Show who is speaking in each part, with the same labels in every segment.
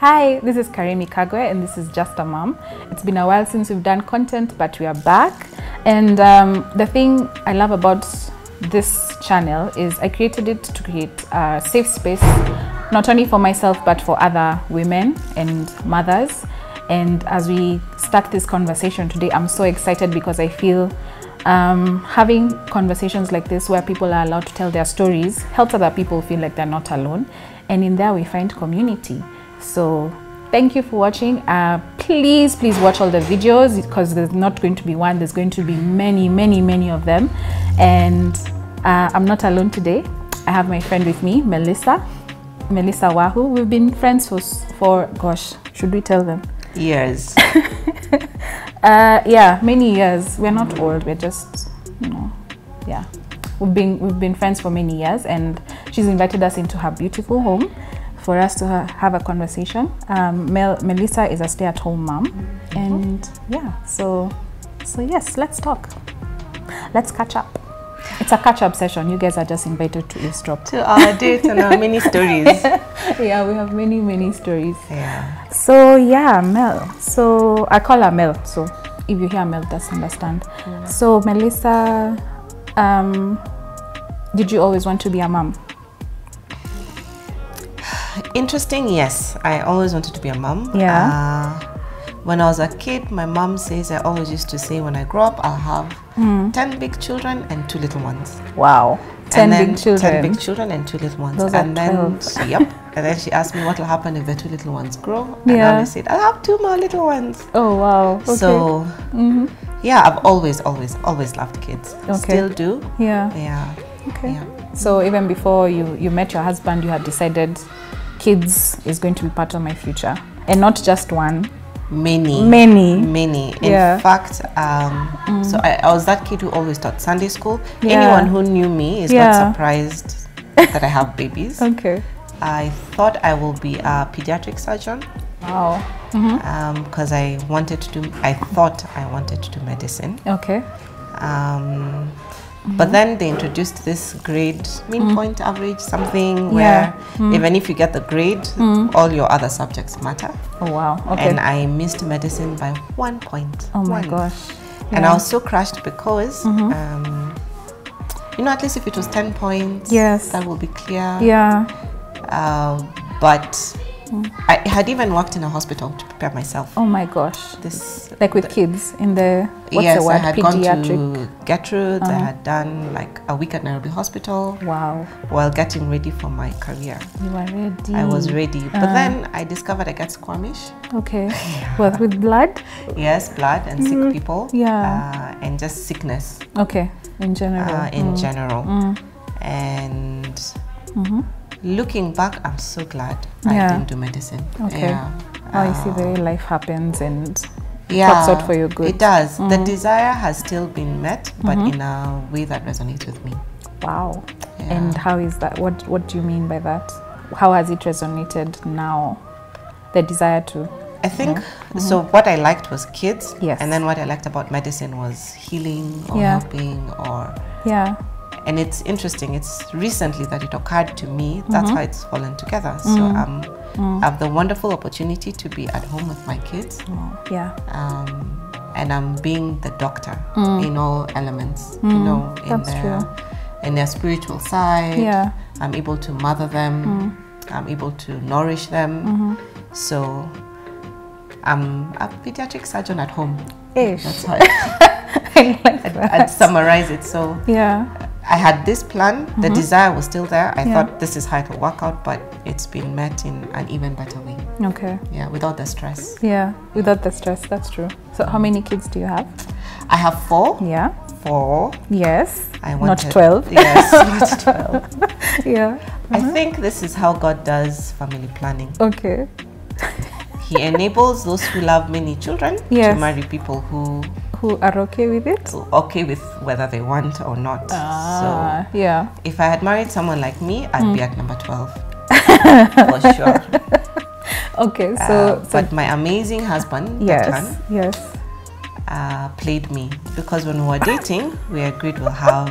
Speaker 1: Hi, this is Karimi Kagwe, and this is Just a Mom. It's been a while since we've done content, but we are back. And um, the thing I love about this channel is I created it to create a safe space, not only for myself, but for other women and mothers. And as we start this conversation today, I'm so excited because I feel um, having conversations like this where people are allowed to tell their stories helps other people feel like they're not alone. And in there, we find community. So thank you for watching. Uh, please, please watch all the videos because there's not going to be one. There's going to be many, many, many of them. And uh, I'm not alone today. I have my friend with me, Melissa. Melissa Wahu. We've been friends for, s- for gosh, should we tell them?
Speaker 2: Years.
Speaker 1: Uh, yeah, many years. We're not old. We're just, you know, yeah. We've been we've been friends for many years, and she's invited us into her beautiful home for us to ha- have a conversation. Um, Mel- Melissa is a stay-at-home mom, Mm-hmm. and yeah, so so yes, let's talk. Let's catch up. It's a catch-up session. You guys are just invited to eavesdrop.
Speaker 2: to our dates and our mini stories.
Speaker 1: yeah, we have many many stories.
Speaker 2: Yeah.
Speaker 1: So yeah, Mel. So I call her Mel. So if you hear Mel, just understand. So Melissa, um, did you always want to be a mom?
Speaker 2: Interesting, yes. I always wanted to be a mom.
Speaker 1: Yeah.
Speaker 2: Uh, when I was a kid, my mom says I always used to say when I grow up I'll have ten big children and two little ones.
Speaker 1: Wow, Hmm. ten
Speaker 2: and then
Speaker 1: big children.
Speaker 2: Ten big children and two little ones.
Speaker 1: Those are
Speaker 2: and then
Speaker 1: 12.
Speaker 2: she, yep. And then she asked me what will happen if the two little ones grow. And
Speaker 1: Yeah.
Speaker 2: I always said, I'll have two more little ones.
Speaker 1: oh wow. Okay. Mm-hmm.
Speaker 2: So yeah, I've always, always, always loved kids.
Speaker 1: Okay.
Speaker 2: Still do.
Speaker 1: yeah.
Speaker 2: Yeah.
Speaker 1: Okay.
Speaker 2: Yeah.
Speaker 1: So even before you you met your husband, you had decided kids is going to be part of my future, and not just one,
Speaker 2: Many.
Speaker 1: many.
Speaker 2: many in
Speaker 1: Yeah. Mm.
Speaker 2: fact um, so I, I was that kid who always taught sunday school
Speaker 1: Yeah.
Speaker 2: anyone who knew me is
Speaker 1: Yeah.
Speaker 2: not surprised that i have babies
Speaker 1: Okay.
Speaker 2: i thought i will be a pediatric surgeon
Speaker 1: Wow.
Speaker 2: because i wanted to do i thought i wanted to do medicine
Speaker 1: Okay.
Speaker 2: um,
Speaker 1: Mm-hmm.
Speaker 2: but then they introduced this grade mean point average something
Speaker 1: Mm. Yeah. Mm.
Speaker 2: where even if you get the grade all your other subjects matter
Speaker 1: Oh wow. Okay.
Speaker 2: and i missed medicine by one point
Speaker 1: oh my
Speaker 2: One.
Speaker 1: gosh.
Speaker 2: And
Speaker 1: Yeah. Mm-hmm.
Speaker 2: I was so crushed because, um, you know, at least if it was 10 points,
Speaker 1: Yes.
Speaker 2: that will be clear.
Speaker 1: Yeah. Mm.
Speaker 2: Uh, but I had even worked in a hospital to prepare myself.
Speaker 1: Oh my gosh.
Speaker 2: This,
Speaker 1: like with kids in the what's
Speaker 2: yes,
Speaker 1: the word
Speaker 2: I had
Speaker 1: pediatric Uh-huh.
Speaker 2: gone to Gertrude's. I had done like a week at Nairobi Hospital
Speaker 1: wow
Speaker 2: while getting ready for my career.
Speaker 1: you are ready
Speaker 2: I was ready. But
Speaker 1: Uh-huh.
Speaker 2: then I discovered I got squamish.
Speaker 1: okay what with blood
Speaker 2: Yes, blood and sick people.
Speaker 1: Mm. Yeah.
Speaker 2: Uh, and just sickness.
Speaker 1: okay in general Mm.
Speaker 2: uh, in general. And
Speaker 1: Mm-hmm.
Speaker 2: looking back, I'm so glad
Speaker 1: Yeah.
Speaker 2: I didn't do medicine.
Speaker 1: Okay.
Speaker 2: Yeah.
Speaker 1: oh you
Speaker 2: Uh,
Speaker 1: see the way life happens and
Speaker 2: Yeah,
Speaker 1: works out for your good Mm-hmm.
Speaker 2: It does. The desire has still been met, but in a way that resonates with me.
Speaker 1: wow
Speaker 2: Yeah.
Speaker 1: and how is that what what do you mean by that how has it resonated now the desire to
Speaker 2: I think so. What I liked was kids,
Speaker 1: Mm-hmm. Yes.
Speaker 2: and then what I liked about medicine was healing or
Speaker 1: Yeah.
Speaker 2: helping or.
Speaker 1: yeah
Speaker 2: And it's interesting. It's recently that it occurred to me. That's
Speaker 1: Mm-hmm.
Speaker 2: why it's fallen together. So um,
Speaker 1: Mm.
Speaker 2: I have the wonderful opportunity to be at home with my kids.
Speaker 1: yeah
Speaker 2: um, and I'm being the doctor in all elements. You know,
Speaker 1: Hmm.
Speaker 2: in
Speaker 1: that's
Speaker 2: their
Speaker 1: true.
Speaker 2: in their spiritual side.
Speaker 1: Yeah. Hmm.
Speaker 2: I'm able to mother them. I'm able to nourish them.
Speaker 1: Mm-hmm.
Speaker 2: So I'm a pediatric surgeon at home.
Speaker 1: Ish.
Speaker 2: That's how I,
Speaker 1: I like that.
Speaker 2: I'd summarize it. So
Speaker 1: yeah
Speaker 2: I had this plan.
Speaker 1: Mm-hmm.
Speaker 2: The desire was still there. I thought this is how it'll work out, but it's been met in an even better way.
Speaker 1: okay
Speaker 2: Yeah, without the stress.
Speaker 1: yeah without the stress that's true so how many kids do you have
Speaker 2: I have four.
Speaker 1: yeah
Speaker 2: Four.
Speaker 1: yes
Speaker 2: I
Speaker 1: Hmm. not 12
Speaker 2: wanted. Yes, not 12.
Speaker 1: yeah
Speaker 2: I think this is how God does family planning.
Speaker 1: okay
Speaker 2: He enables those who love many children
Speaker 1: Yes.
Speaker 2: to marry people who
Speaker 1: who are okay with it.
Speaker 2: are okay with whether they want or not.
Speaker 1: Ah, Mm. yeah.
Speaker 2: So if I had married someone like me, I'd be at number 12. for sure.
Speaker 1: Okay, so
Speaker 2: Uh,
Speaker 1: so
Speaker 2: but my amazing husband,
Speaker 1: yes,
Speaker 2: Bertrand,
Speaker 1: yes.
Speaker 2: uh, played me because when we were dating, we agreed we'll have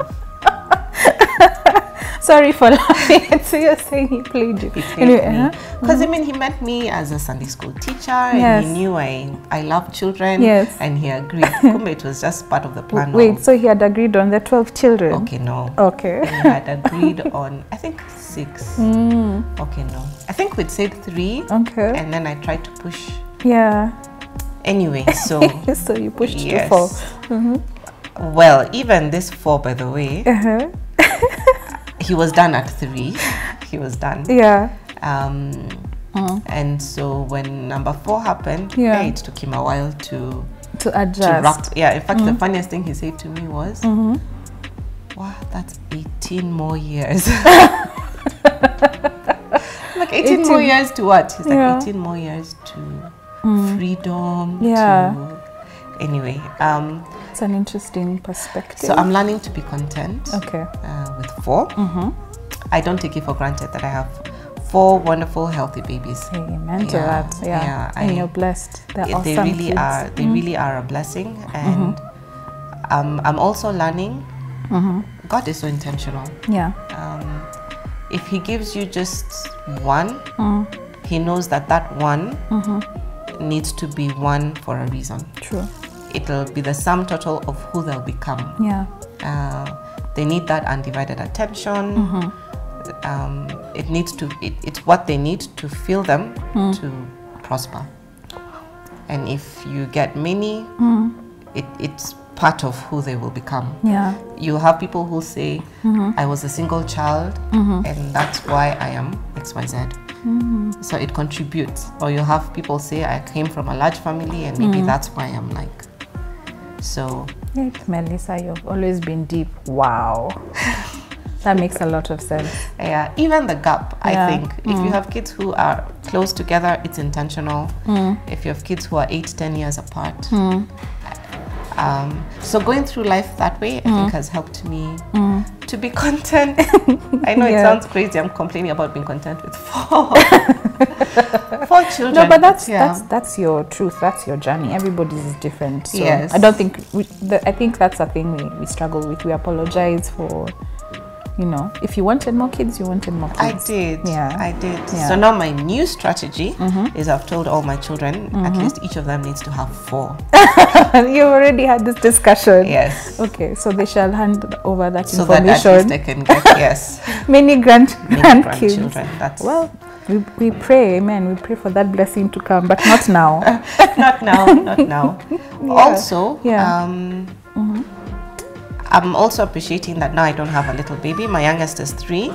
Speaker 1: Sorry for laughing. so you're saying he played you.
Speaker 2: He played
Speaker 1: Anyway,
Speaker 2: me.
Speaker 1: uh-huh.
Speaker 2: Because I mean, he met me as a Sunday school teacher,
Speaker 1: Yes.
Speaker 2: and he knew I I love children,
Speaker 1: Yes.
Speaker 2: and he agreed. Kumbe, it was just part of the plan.
Speaker 1: Wait,
Speaker 2: of-
Speaker 1: so he had agreed on the 12 children?
Speaker 2: okay, no. We
Speaker 1: Okay.
Speaker 2: had agreed on I think six. Okay, no. I think we'd said three,
Speaker 1: Mm. Okay.
Speaker 2: and then I tried to push.
Speaker 1: Yeah.
Speaker 2: Anyway, so
Speaker 1: so you pushed
Speaker 2: yes.
Speaker 1: to four.
Speaker 2: Well, even this four, by the way,
Speaker 1: Uh-huh.
Speaker 2: he was done at three. He was done.
Speaker 1: Yeah. Mm.
Speaker 2: Um, And so when number four happened,
Speaker 1: Yeah.
Speaker 2: eh, it took him a while to
Speaker 1: To
Speaker 2: to
Speaker 1: adjust.
Speaker 2: wrap. Yeah, in fact, the
Speaker 1: Mm-hmm.
Speaker 2: funniest thing he said to me was, "Wow, that's 18 more years." I'm like 18, more
Speaker 1: 18.
Speaker 2: years to what? He's
Speaker 1: Yeah. Mm.
Speaker 2: like 18 more years to freedom.
Speaker 1: Yeah.
Speaker 2: To anyway, um,
Speaker 1: It's an interesting perspective.
Speaker 2: so um, I'm learning to be content
Speaker 1: okay.
Speaker 2: uh, with 4 I don't take it for granted that I have four wonderful, healthy babies.
Speaker 1: Amen to
Speaker 2: Yeah,
Speaker 1: that. Yeah.
Speaker 2: yeah,
Speaker 1: and
Speaker 2: I-
Speaker 1: you're blessed. They're
Speaker 2: They-
Speaker 1: awesome.
Speaker 2: they really
Speaker 1: kids. Mm-hmm.
Speaker 2: are they really are a blessing and um, i'm also learning god is so intentional
Speaker 1: Mm-hmm. Yeah.
Speaker 2: um, if he gives you just one
Speaker 1: Mm-hmm.
Speaker 2: he knows that that one needs to be one for a reason
Speaker 1: True.
Speaker 2: it'll be the sum total of who they'll become
Speaker 1: Yeah.
Speaker 2: uh, they need that undivided attention um, it needs to it, it's what they need to feel them to prosper and if you get many it, it's part of who they will become
Speaker 1: Yeah.
Speaker 2: you have people who say i was a single child and that's why i am xyz so it contributes or you have people say i came from a large family and maybe that's why i'm like so
Speaker 1: Like Melissa, you've always been deep. Wow. that makes a lot of sense.
Speaker 2: Yeah, even the gap,
Speaker 1: Yeah. Mm.
Speaker 2: I think. If you have kids who are close together, it's intentional.
Speaker 1: Mm.
Speaker 2: If you have kids who are eight, ten years apart. Um, so going through life that way, I
Speaker 1: Mm.
Speaker 2: think has helped me to be content. I know
Speaker 1: Yeah.
Speaker 2: it sounds crazy. I'm complaining about being content with four, four children.
Speaker 1: No, but that's
Speaker 2: yeah.
Speaker 1: that's that's your truth. That's your journey. Everybody's is different. So
Speaker 2: Yes.
Speaker 1: I don't think we, the, I think that's a thing we, we struggle with. We apologize for, you know, if you wanted more kids, you wanted more
Speaker 2: I
Speaker 1: kids.
Speaker 2: did.
Speaker 1: Yeah.
Speaker 2: I did.
Speaker 1: Yeah. Mm-hmm.
Speaker 2: So now my new strategy is I've told all my children at least each of them needs to have four.
Speaker 1: you already had this discussion.
Speaker 2: Yes.
Speaker 1: Okay, so they shall hand over that
Speaker 2: so that at least
Speaker 1: information.
Speaker 2: they can get yes
Speaker 1: Many grand
Speaker 2: many
Speaker 1: grandkids.
Speaker 2: grandchildren. That's
Speaker 1: Well, we, we pray, amen. We pray for that blessing to come, but not now.
Speaker 2: not now, not now. Also,
Speaker 1: yeah. Mm-hmm.
Speaker 2: um, I'm also appreciating that now I don't have a little baby. My youngest is 3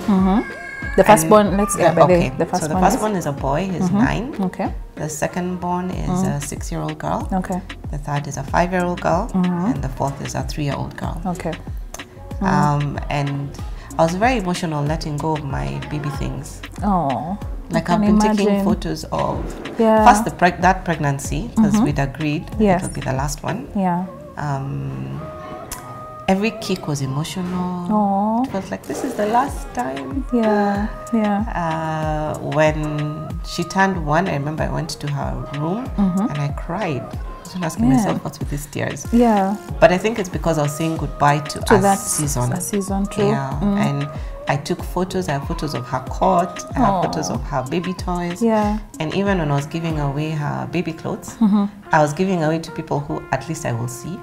Speaker 1: The firstborn, let's Mm. yeah,
Speaker 2: Yeah,
Speaker 1: by
Speaker 2: okay.
Speaker 1: the, the firstborn.
Speaker 2: so the first one is a boy. He's
Speaker 1: Mm-hmm.
Speaker 2: nine.
Speaker 1: is, okay,
Speaker 2: The second born is
Speaker 1: Mm.
Speaker 2: a six-year-old girl.
Speaker 1: okay,
Speaker 2: The third is a five-year-old girl,
Speaker 1: Mm-hmm.
Speaker 2: and the fourth is a three-year-old girl.
Speaker 1: okay. Mm-hmm.
Speaker 2: Um, and I was very emotional letting go of my baby things.
Speaker 1: Oh,
Speaker 2: Like
Speaker 1: I can
Speaker 2: I've been
Speaker 1: imagine.
Speaker 2: taking photos of
Speaker 1: Yeah.
Speaker 2: first the preg- that pregnancy because we'd agreed that
Speaker 1: Uh, Mm-hmm. Yes.
Speaker 2: it'll be the last one.
Speaker 1: Yeah.
Speaker 2: Um, every kick was emotional.
Speaker 1: Oh.
Speaker 2: It was like this is the last time.
Speaker 1: Yeah. Yeah.
Speaker 2: Uh, when she turned one, I remember I went to her room and I cried. I was asking
Speaker 1: Mm-hmm. Yeah.
Speaker 2: myself what's with these tears.
Speaker 1: Yeah.
Speaker 2: But I think it's because I was saying goodbye to,
Speaker 1: To
Speaker 2: our
Speaker 1: that Mm-hmm.
Speaker 2: season.
Speaker 1: A season two.
Speaker 2: Yeah, and I took photos. I have photos of her cot. I have photos of her baby toys.
Speaker 1: Yeah.
Speaker 2: And even when I was giving away her baby clothes,
Speaker 1: Mm-hmm.
Speaker 2: I was giving away to people who at least I will see.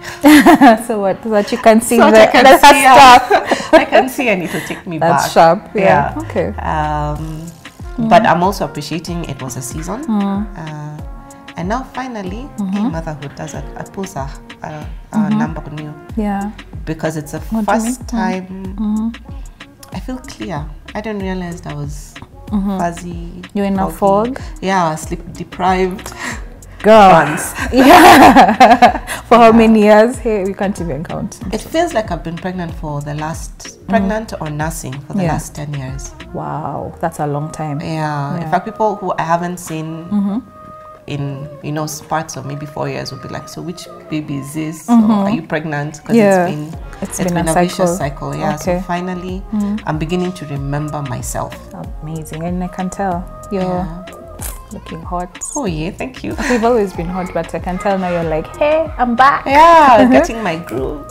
Speaker 1: so what? So that you can see
Speaker 2: So
Speaker 1: the,
Speaker 2: that I can
Speaker 1: the
Speaker 2: see her.
Speaker 1: stuff.
Speaker 2: I can see and it will take me
Speaker 1: That's
Speaker 2: back.
Speaker 1: sharp. Yeah. Mm-hmm. Okay.
Speaker 2: Um, But I'm also appreciating it was a season.
Speaker 1: Mm.
Speaker 2: Uh, and now finally, hey,
Speaker 1: Mm-hmm.
Speaker 2: motherhood does it. I pulls a, a, a number on you
Speaker 1: Yeah.
Speaker 2: because it's the
Speaker 1: Mm-hmm. What do you
Speaker 2: first
Speaker 1: mean? Mm. Mm-hmm.
Speaker 2: time I feel clear. I didn't realize I was fuzzy.
Speaker 1: Mm-hmm. You're in a
Speaker 2: foggy.
Speaker 1: fog?
Speaker 2: Yeah, sleep deprived.
Speaker 1: Girl.
Speaker 2: Once.
Speaker 1: Yeah. For how many years? Hey, we can't even count.
Speaker 2: It feels like I've been pregnant for the last pregnant or nursing for the
Speaker 1: Yeah.
Speaker 2: last ten years.
Speaker 1: Wow. That's a long time.
Speaker 2: Yeah.
Speaker 1: Yeah. Mm-hmm.
Speaker 2: In fact, people who I haven't seen. In you know parts of maybe four years would be like so which baby is this or are you pregnant because
Speaker 1: Mm-hmm. Yeah.
Speaker 2: it's been
Speaker 1: It's
Speaker 2: it's
Speaker 1: been a
Speaker 2: vicious
Speaker 1: cycle.
Speaker 2: cycle yeah
Speaker 1: Okay. Mm-hmm.
Speaker 2: so finally I'm beginning to remember myself
Speaker 1: Amazing. And I can tell you're
Speaker 2: Yeah.
Speaker 1: looking hot.
Speaker 2: Oh yeah, thank you.
Speaker 1: We've always been hot, but I can tell now you're like, hey, I'm back.
Speaker 2: Yeah,
Speaker 1: Uh-huh.
Speaker 2: getting my groove.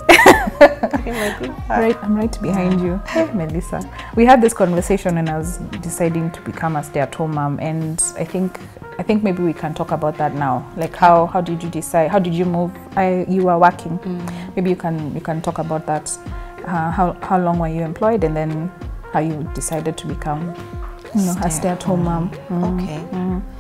Speaker 2: getting my groove. back.
Speaker 1: Right, I'm right behind you. Hey, Melissa. We had this conversation when I was deciding to become a stay-at-home mom, and I think I think maybe we can talk about that now. Like how how did you decide? How did you move? I you were working. Maybe you can you can talk about that. Uh, how how long were you employed, and then how you decided to become you know a
Speaker 2: Stay-at-home.
Speaker 1: stay-at-home mom.
Speaker 2: Okay.